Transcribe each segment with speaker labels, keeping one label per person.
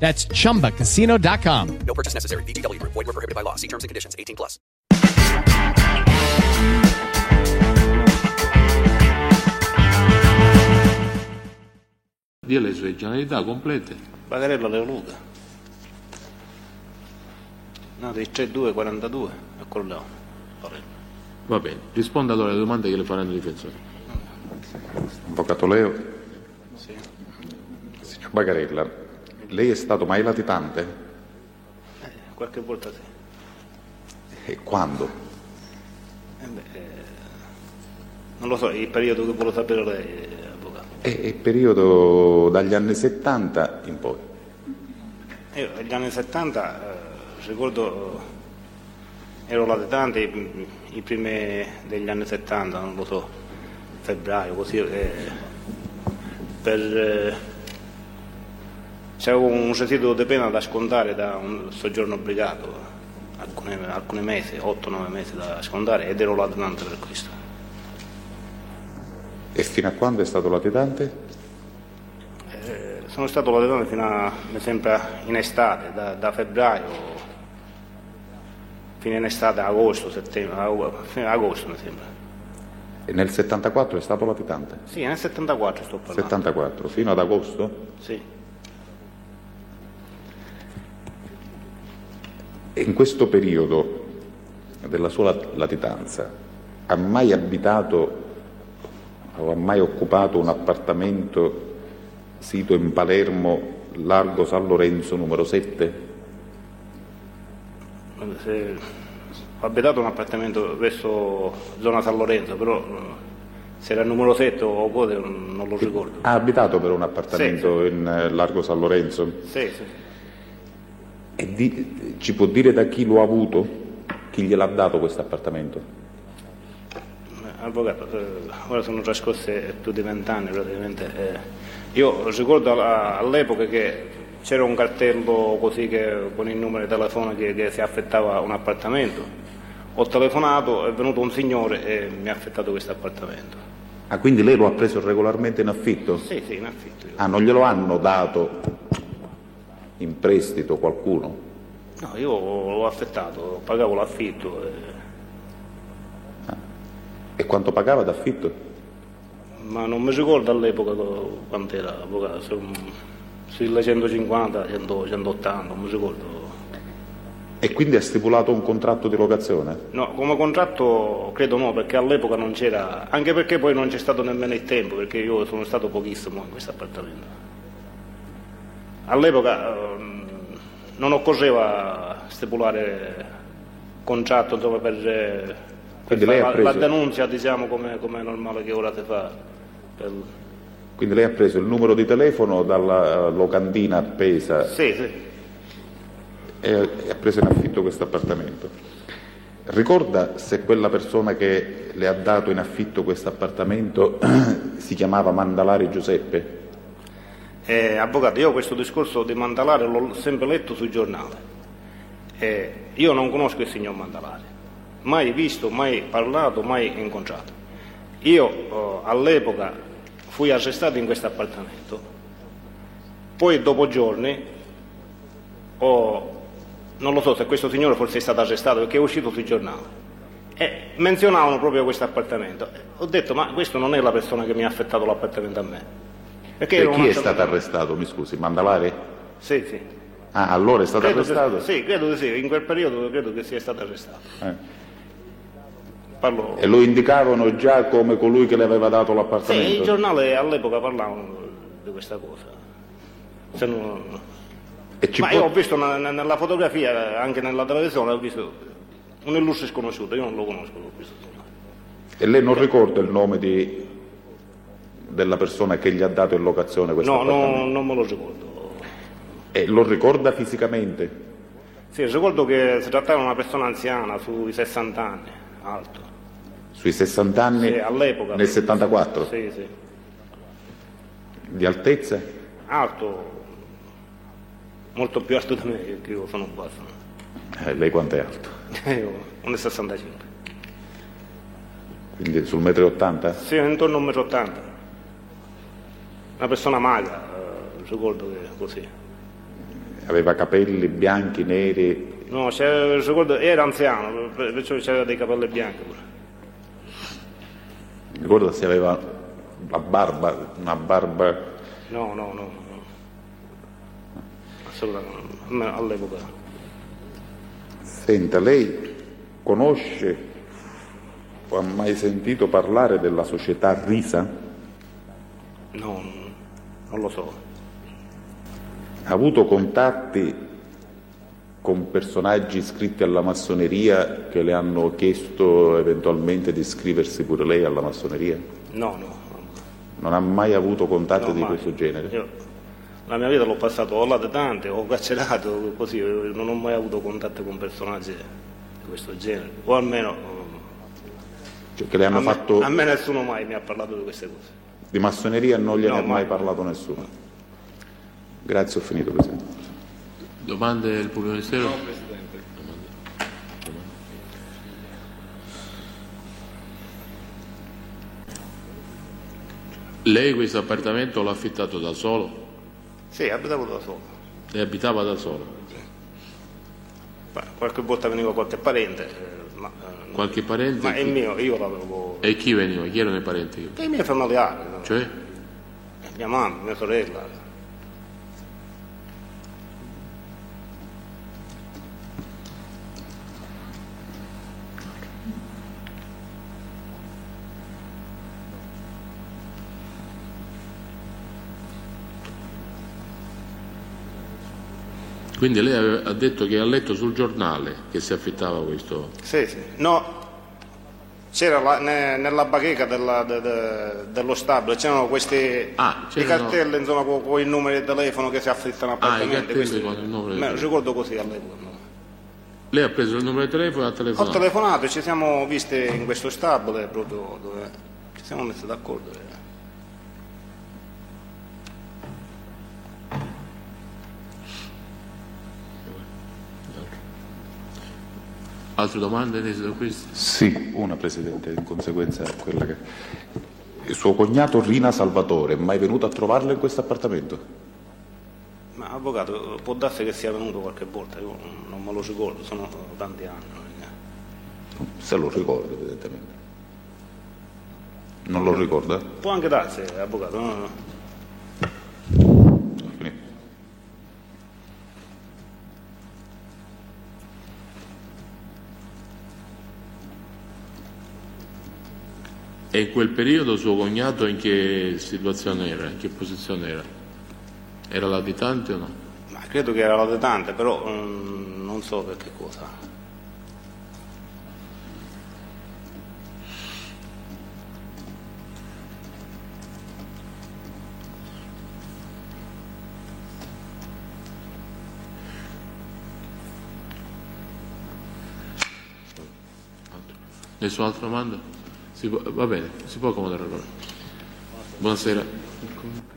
Speaker 1: That's chumbacasino.com.
Speaker 2: No purchase necessary. VGW Group. Void were prohibited by law. See terms and conditions. 18 plus.
Speaker 3: Dio le sue generalità complete.
Speaker 4: Bagarello Leoluca. No, del 3242 a Corleone. Corleone.
Speaker 3: Va bene, risponda allora alle domande che le faranno i difensori.
Speaker 5: Avvocato Leo, signor Bagarella, lei è stato mai latitante?
Speaker 4: Qualche volta sì.
Speaker 5: E quando?
Speaker 4: Eh beh, eh, non lo so, è il periodo che vuole sapere lei, eh, avvocato.
Speaker 5: È, è periodo dagli anni 70 in poi.
Speaker 4: Io negli anni 70 eh, ricordo eh, ero latitante i, i primi degli anni 70, non lo so, febbraio, così eh, per eh, c'avevo un residuo di pena da scontare da un soggiorno obbligato, alcune- alcuni, mesi, 8-9 mesi da scontare ed ero latitante per questo.
Speaker 5: E fino a quando è stato latitante?
Speaker 4: Eh, Sono stato latitante fino a, mi sembra, in estate, da, da febbraio, fino in estate, agosto, settembre, ago- fino a agosto mi sembra.
Speaker 5: E nel 74 è stato latitante?
Speaker 4: Sì, nel 74 sto parlando.
Speaker 5: 74, fino ad agosto?
Speaker 4: Sì.
Speaker 5: E in questo periodo della sua lat- latitanza ha mai abitato o ha mai occupato un appartamento sito in Palermo, largo San Lorenzo numero 7?
Speaker 4: Se- ho abitato un appartamento verso zona San Lorenzo, però eh, se era il numero 7 o cose non non lo ricordo.
Speaker 5: Ha abitato per un appartamento in eh, largo San Lorenzo?
Speaker 4: Sì, sì.
Speaker 5: E di- ci può dire da chi lo ha avuto? Chi gliel'ha dato questo appartamento?
Speaker 4: Eh, Avvocato, eh, ora sono trascorse più di vent'anni praticamente. eh. Io ricordo alla- all'epoca che c'era un cartello così che, con il numero di telefono che, che si affettava un appartamento. Ho telefonato, è venuto un signore e mi ha affettato questo appartamento.
Speaker 5: Ah, quindi lei lo ha preso regolarmente in affitto?
Speaker 4: Sì, sì, in affitto. io.
Speaker 5: Ah, non glielo hanno dato in prestito qualcuno?
Speaker 4: No, io l'ho affettato, pagavo l'affitto, eh,
Speaker 5: E quanto pagava d'affitto?
Speaker 4: ma non mi ricordo all'epoca co- quant'era, avvocato, se un- sulle 150, 100, 180, non mi ricordo.
Speaker 5: E quindi ha stipulato un contratto di locazione?
Speaker 4: No, come contratto credo no, perché all'epoca non c'era, anche perché poi non c'è stato nemmeno il tempo, perché io sono stato pochissimo in questo appartamento. All'epoca ehm, non occorreva stipulare contratto insomma, per, eh, per
Speaker 5: Quindi lei
Speaker 4: fare la,
Speaker 5: ha
Speaker 4: la
Speaker 5: preso-
Speaker 4: denuncia, diciamo, come, come è normale che ora si fa. Per-
Speaker 5: Quindi lei ha preso il numero di telefono dalla eh, locandina appesa
Speaker 4: Sì, sì.
Speaker 5: e e ha preso in affitto questo appartamento. Ricorda se quella persona che le ha dato in affitto questo appartamento si chiamava Mandalari Giuseppe?
Speaker 4: Eh, avvocato, io questo discorso di Mandalare l'ho sempre letto sui giornali. Eh, io non conosco il signor Mandalare, mai visto, mai parlato, mai incontrato. Io eh, all'epoca fui arrestato in questo appartamento, poi dopo giorni, ho- non lo so se questo signore forse è stato arrestato perché è uscito sui giornali. E menzionavano proprio questo appartamento. Ho detto, ma questo non è la persona che mi ha affettato l'appartamento a me. Perché
Speaker 5: E
Speaker 4: era un
Speaker 5: chi è
Speaker 4: altro-
Speaker 5: stato arrestato? Mi scusi, Mandalari?
Speaker 4: sì, sì.
Speaker 5: Ah, allora è stato
Speaker 4: Credo che-
Speaker 5: arrestato?
Speaker 4: sì, credo di sì, in quel periodo credo che sia stato arrestato.
Speaker 5: Eh.
Speaker 4: Parlo...
Speaker 5: E lo indicavano già come colui che le aveva dato
Speaker 4: Sì,
Speaker 5: l'appartamento?
Speaker 4: i giornali all'epoca parlavano di questa cosa. Se non-
Speaker 5: E ci
Speaker 4: Ma
Speaker 5: può-
Speaker 4: io ho visto una- una- nella fotografia, anche nella televisione, ho visto un illustre sconosciuto, io non lo conosco questo signore.
Speaker 5: E lei non ricorda il nome di... della persona che gli ha dato in locazione questo
Speaker 4: No,
Speaker 5: appartamento?
Speaker 4: no, non me lo ricordo.
Speaker 5: E lo ricorda fisicamente?
Speaker 4: Sì, ricordo che si trattava di una persona anziana, sui 60 anni, alto.
Speaker 5: Sui 60 anni?
Speaker 4: Sì, all'epoca.
Speaker 5: Nel 74?
Speaker 4: Sì, sì.
Speaker 5: Di altezza?
Speaker 4: Alto, molto più alto di me, che io sono basso.
Speaker 5: Eh, lei quanto è alto?
Speaker 4: Io, 1,65.
Speaker 5: Quindi sul metro e 80?
Speaker 4: Sì, intorno a un metro 80. Una persona magra, eh, ricordo che così.
Speaker 5: Aveva capelli bianchi, neri?
Speaker 4: No, c'era- ricordo, era anziano, per- perciò c'era dei capelli bianchi pure.
Speaker 5: Ricorda se aveva la barba, una barba...
Speaker 4: No, no, no. no. Assolutamente, almeno all'epoca.
Speaker 5: Senta, lei conosce o ha mai sentito parlare della società Risa?
Speaker 4: No, no, non lo so.
Speaker 5: Ha avuto contatti con personaggi iscritti alla massoneria che le hanno chiesto eventualmente di iscriversi pure lei alla massoneria?
Speaker 4: No, no.
Speaker 5: Non ha mai avuto contatti
Speaker 4: no,
Speaker 5: di
Speaker 4: mai.
Speaker 5: questo genere?
Speaker 4: Io, la mia vita l'ho passato o latitante, o carcerato, così, eh, non ho mai avuto contatto con personaggi di questo genere. O almeno,
Speaker 5: Cioè, che le hanno
Speaker 4: a me-
Speaker 5: fatto
Speaker 4: a me nessuno mai mi ha parlato di queste cose.
Speaker 5: di massoneria non gliene
Speaker 4: No,
Speaker 5: ha mai
Speaker 4: mai.
Speaker 5: parlato nessuno. Grazie, ho finito Presidente.
Speaker 3: Domande del pubblico ministero? Lei questo appartamento l'ha affittato da solo?
Speaker 4: Sì, abitavo da solo.
Speaker 3: E abitava da solo?
Speaker 4: Ma Qualche volta veniva qualche parente, eh, ma, eh,
Speaker 3: Qualche parente?
Speaker 4: ma è
Speaker 3: Chi-
Speaker 4: mio, io l'avevo.
Speaker 3: E chi veniva? Chi erano i parenti?
Speaker 4: E i miei familiari, no?
Speaker 3: Cioè?
Speaker 4: mia mamma, mia sorella.
Speaker 3: Quindi lei aveva- ha detto che ha letto sul giornale che si affittava questo.
Speaker 4: Sì, sì. No, c'era la- ne- nella bacheca della- de- de- dello stabile, c'erano questi
Speaker 3: Ah,
Speaker 4: i
Speaker 3: c'erano-
Speaker 4: cartelli insomma con, con i numeri di telefono che si affittano a
Speaker 3: Ah, i
Speaker 4: appartamenti.
Speaker 3: cartelli
Speaker 4: questi-
Speaker 3: con il numero di
Speaker 4: Me lo
Speaker 3: telefono.
Speaker 4: ricordo così all'epoca. no?
Speaker 3: Lei ha preso il numero di telefono e ha
Speaker 4: Ho
Speaker 3: telefonato.
Speaker 4: telefonato e ci siamo viste in questo stabile proprio dove ci siamo messi d'accordo. eh.
Speaker 3: Altre domande? lei su questo?
Speaker 5: Sì, una Presidente, in conseguenza a quella che... Il suo cognato Rina Salvatore è mai venuto a trovarla in questo appartamento?
Speaker 4: Ma avvocato, può darsi che sia venuto qualche volta, io non me lo ricordo, sono tanti anni. eh.
Speaker 5: Se lo ricorda, evidentemente. Non lo eh? ricorda?
Speaker 4: Può anche darsi, avvocato. no, no.
Speaker 5: Ho finito.
Speaker 3: E in quel periodo suo cognato in che situazione era? In che posizione era? Era latitante o no?
Speaker 4: Ma credo che era la tante, però mm, non so per che cosa.
Speaker 3: Nessuna altra domanda? Si può- va bene, si può accomodare allora. Buonasera.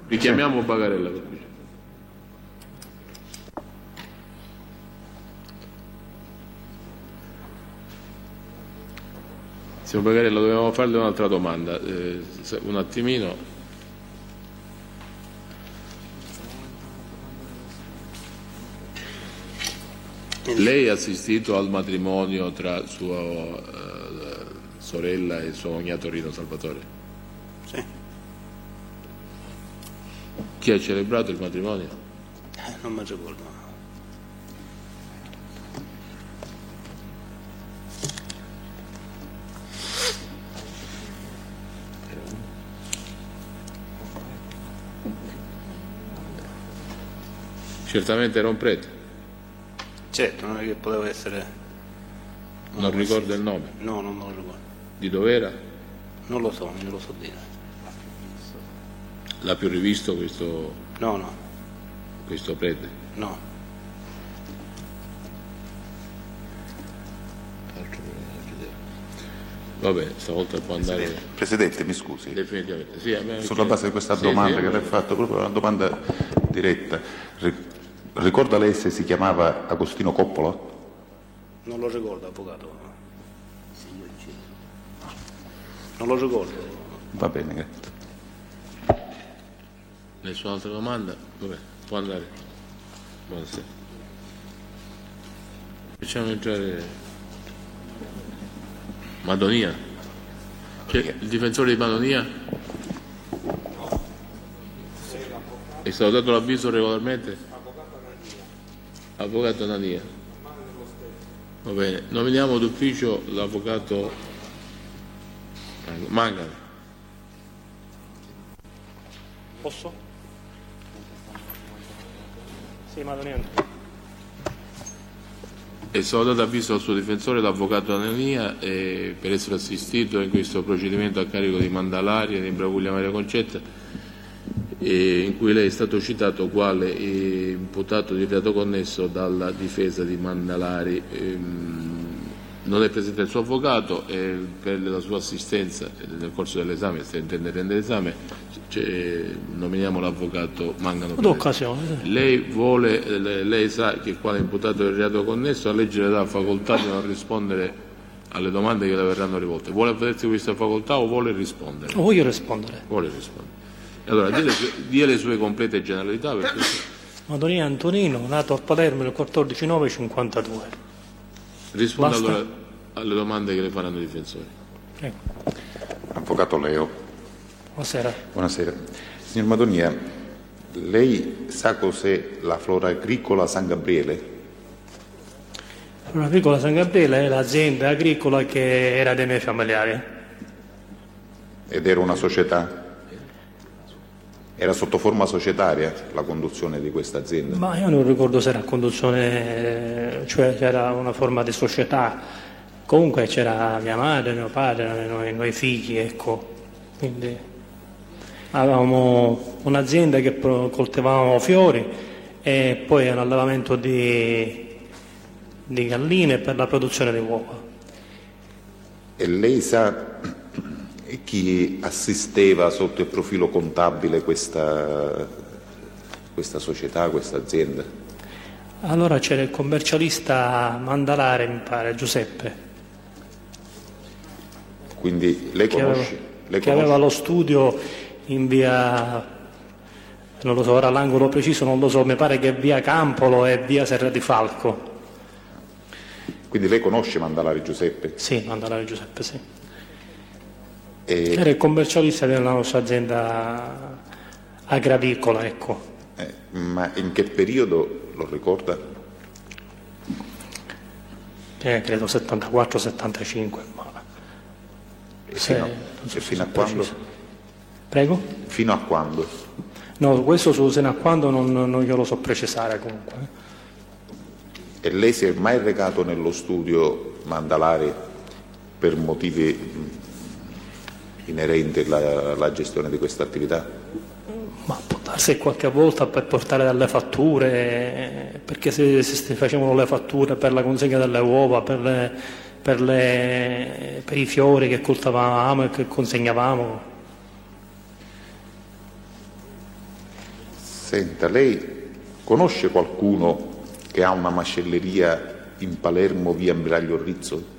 Speaker 3: Richiamiamo Bagarella. per piacere. Signor Bagarella, dovevamo farle un'altra domanda. eh, se- un attimino. Lei ha assistito al matrimonio tra sua eh, sorella e suo cognato Rino Salvatore?
Speaker 4: Sì. eh,
Speaker 3: Chi ha celebrato il matrimonio?
Speaker 4: Eh, Non mi ricordo.
Speaker 3: Certamente era un prete,
Speaker 4: Certo, non è che poteva essere...
Speaker 3: non ricordo il nome.
Speaker 4: No, non me lo ricordo.
Speaker 3: Di dove era?
Speaker 4: Non lo so, non lo so dire.
Speaker 3: L'ha più rivisto questo,
Speaker 4: No, no,
Speaker 3: questo prete?
Speaker 4: no.
Speaker 3: Vabbè, stavolta può andare
Speaker 5: Eh, Presidente, mi scusi.
Speaker 3: definitivamente. Sì, abbiamo-
Speaker 5: Sulla base di questa
Speaker 3: Sì,
Speaker 5: domanda
Speaker 3: sì,
Speaker 5: che lei ha fatto, proprio una domanda diretta, Ri- ricorda lei se si chiamava Agostino Coppola?
Speaker 4: Non lo ricordo, avvocato. Non lo ricordo.
Speaker 5: Va bene, grazie.
Speaker 3: Nessuna altra domanda? Vabbè, può andare. Buonasera. Facciamo entrare Madonia. C'è il difensore di Madonia? È stato dato l'avviso regolarmente? Avvocato Nania. Va bene, nominiamo d'ufficio l'avvocato Mangano.
Speaker 4: Posso? Sì, ma
Speaker 3: È stato dato avviso al suo difensore, l'avvocato Anania, eh, per essere assistito in questo procedimento a carico di Mandalari e di Bravuglia Maria Concetta, eh, in cui lei è stato citato quale eh, imputato di reato connesso dalla difesa di Mandalari. Ehm, non è presente il suo avvocato e per la sua assistenza eh, nel corso dell'esame, se intende prendere esame, c'è- nominiamo l'avvocato Mangano. Presente. Lei vuole, le- lei sa che quale imputato del reato connesso, la legge le dà facoltà di non rispondere alle domande che le verranno rivolte. Vuole avvertirsi questa facoltà o vuole rispondere?
Speaker 6: Voglio rispondere.
Speaker 3: Vuole rispondere. E Allora, dia le, sue- dia le sue complete generalità perché
Speaker 6: Madonina Antonino, nato a Palermo il 14 9 52.
Speaker 3: risponda
Speaker 6: Basta.
Speaker 3: allora alle domande che le faranno i difensori.
Speaker 6: Ecco,
Speaker 5: Avvocato Leo,
Speaker 6: buonasera.
Speaker 5: buonasera. Signor Madonia, lei sa cos'è la flora agricola San Gabriele?
Speaker 6: Una piccola San Gabriele è l'azienda agricola che era dei miei familiari.
Speaker 5: Ed era una società? Era sotto forma societaria la conduzione di questa azienda?
Speaker 6: Ma io non ricordo se era a conduzione, eh, cioè c'era una forma di società. Comunque c'era mia madre, mio padre, noi, noi figli, ecco. Quindi avevamo un'azienda che pro- coltivavamo fiori e poi un allevamento di, di galline per la produzione di uova.
Speaker 5: E lei sa chi assisteva sotto il profilo contabile questa, questa società, questa azienda?
Speaker 6: Allora c'era il commercialista Mandalare, mi pare, Giuseppe.
Speaker 5: Quindi lei
Speaker 6: che, aveva,
Speaker 5: conosce, lei conosce-
Speaker 6: che aveva lo studio in via non lo so ora l'angolo preciso non lo so mi pare che via Campolo e via Serra di Falco
Speaker 5: quindi lei conosce Mandalari Giuseppe?
Speaker 6: sì Mandalare Giuseppe sì
Speaker 5: E-
Speaker 6: era il commercialista della nostra azienda agricola ecco
Speaker 5: eh, ma in che periodo lo ricorda?
Speaker 6: Eh, credo 74-75 ma...
Speaker 5: E
Speaker 6: Sì,
Speaker 5: fino, a-
Speaker 6: non so
Speaker 5: e fino a
Speaker 6: se è
Speaker 5: quando?
Speaker 6: preciso. prego?
Speaker 5: Fino a quando?
Speaker 6: no questo su sino a quando non, non glielo so precisare comunque eh.
Speaker 5: E lei si è mai recato nello studio Mandalari per motivi mh, inerenti alla, alla gestione di questa attività?
Speaker 6: Ma può darsi qualche volta per portare delle fatture, eh, perché se, se si facevano le fatture per la consegna delle uova, per, le- per le- per i fiori che coltivavamo e che consegnavamo.
Speaker 5: Senta, lei conosce qualcuno che ha una macelleria in Palermo via Ammiraglio Rizzo?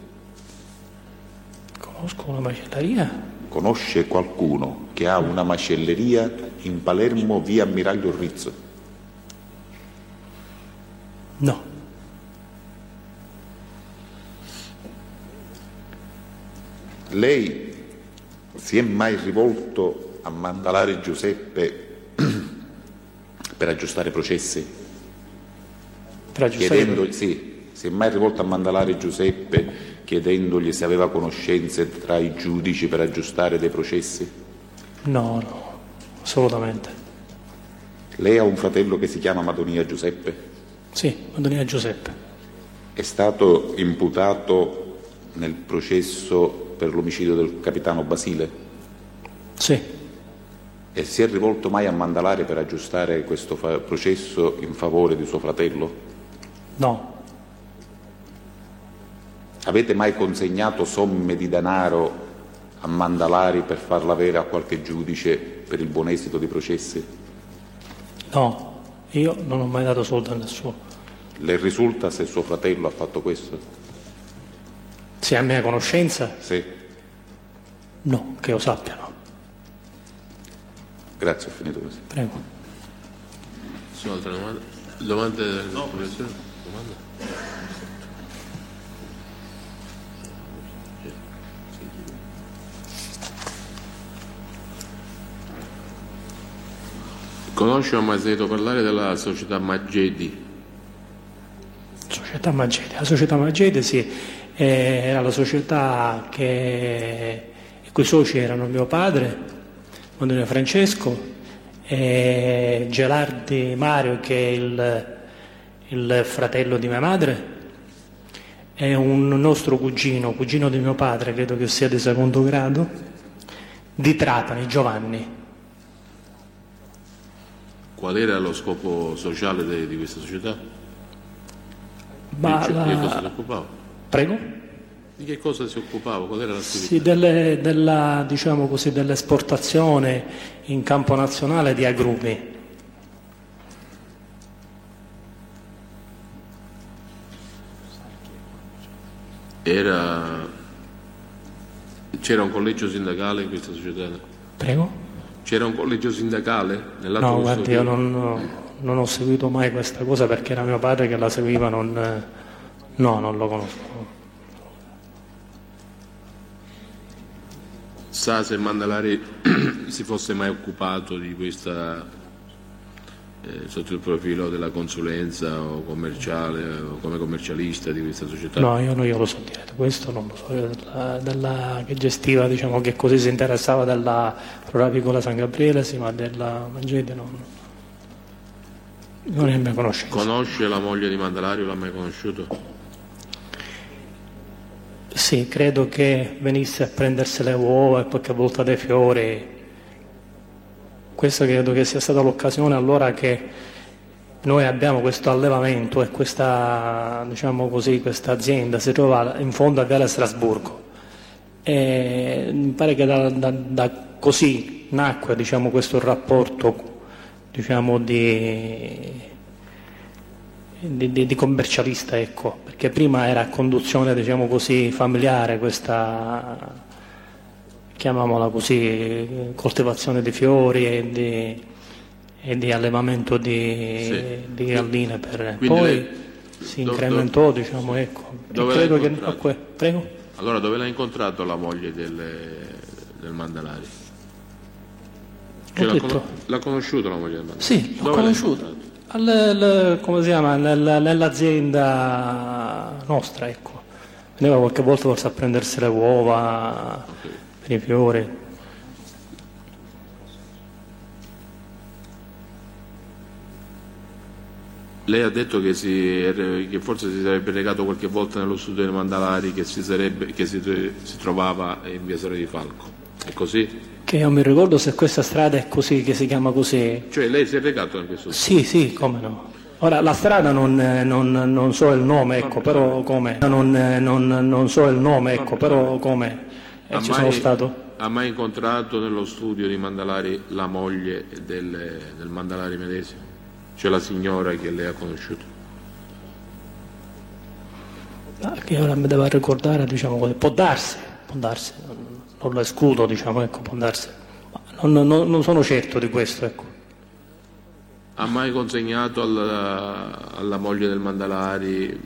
Speaker 6: Conosco una macelleria?
Speaker 5: Conosce qualcuno che ha una macelleria in Palermo via Ammiraglio Rizzo?
Speaker 6: No.
Speaker 5: Lei si è mai rivolto a Mandalare Giuseppe per aggiustare i processi?
Speaker 6: Tra Giuseppe.
Speaker 5: Chiedendogli, sì, si è mai rivolto a Mandalare Giuseppe chiedendogli se aveva conoscenze tra i giudici per aggiustare dei processi?
Speaker 6: No, no, assolutamente.
Speaker 5: Lei ha un fratello che si chiama Madonia Giuseppe?
Speaker 6: Sì, Madonnina Giuseppe.
Speaker 5: È stato imputato nel processo per l'omicidio del capitano Basile?
Speaker 6: Sì,
Speaker 5: E si è rivolto mai a Mandalare per aggiustare questo fa- processo in favore di suo fratello?
Speaker 6: no,
Speaker 5: Avete mai consegnato somme di denaro a Mandalari per farla avere a qualche giudice per il buon esito dei processi?
Speaker 6: no. Io non ho mai dato soldi a nessuno.
Speaker 5: Le risulta se suo fratello ha fatto questo?
Speaker 6: Se a mia conoscenza,
Speaker 5: Sì,
Speaker 6: no, che lo sappiano.
Speaker 5: grazie, ho finito così.
Speaker 6: Prego.
Speaker 3: Ci sono altre domande? Domande del professore? Domande? Conosce o ha mai sentito parlare della società Maggedi?
Speaker 6: Società Magede. La società Magede sì, eh, era la società che, i cui soci erano mio padre, Mondino Francesco, e Gelardi Mario che è il, il fratello di mia madre, e un nostro cugino, cugino di mio padre, credo che sia di secondo grado, di Trapani, Giovanni.
Speaker 3: Qual era lo scopo sociale de- di questa società? Di
Speaker 6: Ma
Speaker 3: ciò- di che cosa si
Speaker 6: Ah, la...
Speaker 3: occupava?
Speaker 6: Prego?
Speaker 3: Di che cosa si occupava? Qual era l'attività?
Speaker 6: Sì, delle- della, diciamo così, dell'esportazione in campo nazionale di agrumi.
Speaker 3: Era... C'era un collegio sindacale in questa società?
Speaker 6: Prego?
Speaker 3: C'era un collegio sindacale? Nell'atto
Speaker 6: No, guardi,
Speaker 3: costitutivo?
Speaker 6: io non, non ho seguito mai questa cosa perché era mio padre che la seguiva, non, no, non lo conosco.
Speaker 3: Sa se Mandalari si fosse mai occupato di questa eh, sotto il profilo della consulenza o commerciale o come commercialista di questa società?
Speaker 6: No, io non glielo so dire, questo non lo so, io della, della- che gestiva, diciamo, che così si interessava della Prorapicola San Gabriele, sì, ma della Mangede non, non è mia conoscenza.
Speaker 3: Conosce la moglie di Mandalari o l'ha mai conosciuto?
Speaker 6: Sì, credo che venisse a prendersi le uova e qualche volta dei fiori. Questa credo che sia stata l'occasione allora che noi abbiamo questo allevamento e questa, diciamo così, questa azienda si trova in fondo a Viale Strasburgo. E mi pare che da, da- da così nacque diciamo, questo rapporto diciamo, di, di, di- di commercialista, ecco, perché prima era a conduzione, diciamo così, familiare questa, chiamiamola così, eh, coltivazione di fiori e di, e di allevamento di,
Speaker 3: Sì.
Speaker 6: di galline per...
Speaker 3: Quindi
Speaker 6: Poi
Speaker 3: lei-
Speaker 6: si
Speaker 3: do-
Speaker 6: incrementò, diciamo, ecco. E
Speaker 3: Dove l'ha
Speaker 6: credo che...
Speaker 3: incontrato?
Speaker 6: a que- Prego?
Speaker 3: Allora dove l'ha incontrato la moglie del, del Mandalari? Cioè,
Speaker 6: Ho
Speaker 3: l'ha,
Speaker 6: detto-
Speaker 3: con- l'ha conosciuto la moglie del Mandalari?
Speaker 6: Sì, l'ho
Speaker 3: Dove l'ha
Speaker 6: conosciuta.
Speaker 3: incontrato?
Speaker 6: Al- al- come si chiama? Nel- nell'azienda nostra, ecco. Veniva qualche volta forse a prendersi le uova per i fiori.
Speaker 3: Lei ha detto che, si er- che forse si sarebbe recato qualche volta nello studio dei Mandalari che si, sarebbe- che si tr- si trovava in via Sera di Falco. È così?
Speaker 6: Che io mi ricordo se questa strada è così, che si chiama così.
Speaker 3: Cioè lei si è recato in questo studio?
Speaker 6: Sì, sì, come no. Ora, la strada non, eh, non- non so il nome, ecco, però come. Non, eh, non- non so il nome, ecco, però come. Eh, ci sono stato.
Speaker 3: ha mai incontrato nello studio di Mandalari la moglie del, del Mandalari medesimo? Cioè la signora che lei ha conosciuto?
Speaker 6: Ah, che ora mi deve ricordare, diciamo così, può darsi, può darsi, non, non lo escludo, diciamo, ecco, può darsi. Ma non, non- non sono certo di questo, ecco.
Speaker 3: Ha mai consegnato alla, alla moglie del Mandalari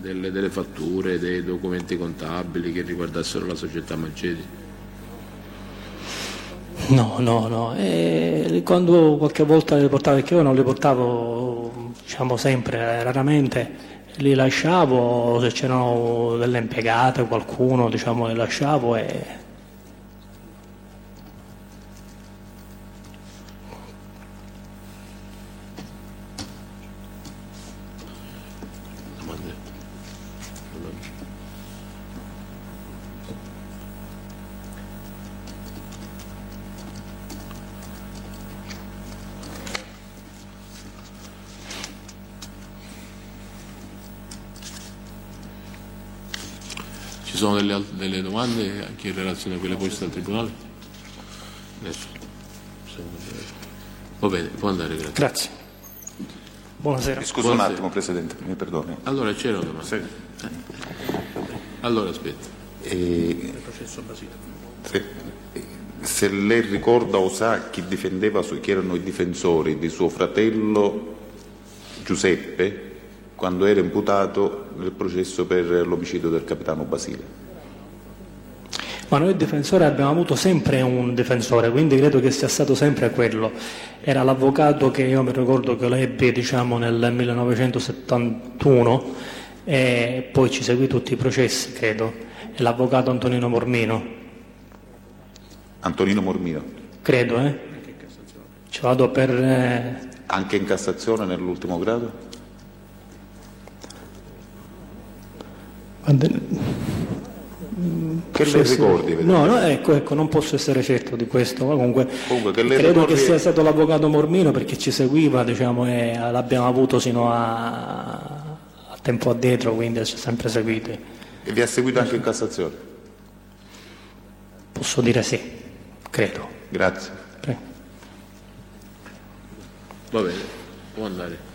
Speaker 3: delle, delle fatture, dei documenti contabili che riguardassero la società Mancedi?
Speaker 6: No, no, no. E quando qualche volta le portavo, perché io non le portavo, diciamo, sempre, eh, raramente, li lasciavo, se c'erano delle impiegate, qualcuno, diciamo, le lasciavo e...
Speaker 3: Ci sono delle, alt- delle domande anche in relazione a quelle poste al Tribunale? Nessuno. Secondo me. Va bene, può andare, grazie.
Speaker 6: Grazie. Buonasera.
Speaker 5: Scusa un
Speaker 3: Buonasera.
Speaker 5: attimo Presidente, mi perdoni.
Speaker 3: Allora c'era una domanda. Eh. Allora aspetta.
Speaker 5: E- se, se lei ricorda o sa chi difendeva, su- chi erano i difensori di suo fratello Giuseppe quando era imputato nel processo per l'omicidio del capitano Basile.
Speaker 6: Ma noi difensore abbiamo avuto sempre un difensore, quindi credo che sia stato sempre quello. Era l'avvocato che io mi ricordo che lo ebbe diciamo, nel 1971 e poi ci seguì tutti i processi, credo. È l'avvocato Antonino Mormino,
Speaker 5: Antonino Mormino,
Speaker 6: credo, eh? Ci vado per... eh,
Speaker 5: anche in Cassazione nell'ultimo grado? Che
Speaker 6: posso
Speaker 5: lei
Speaker 6: essere-
Speaker 5: ricordi? vedete?
Speaker 6: No, no, ecco, ecco, non posso essere certo di questo, ma comunque,
Speaker 5: Comunque, che lei
Speaker 6: credo
Speaker 5: ricordi-
Speaker 6: che sia stato l'avvocato Mormino perché ci seguiva, diciamo, e l'abbiamo avuto sino a, a tempo addietro, quindi ci ha sempre seguiti.
Speaker 5: E vi ha seguito anche in Cassazione?
Speaker 6: Posso dire sì, credo.
Speaker 5: Grazie.
Speaker 6: Prego.
Speaker 3: Va bene, può andare.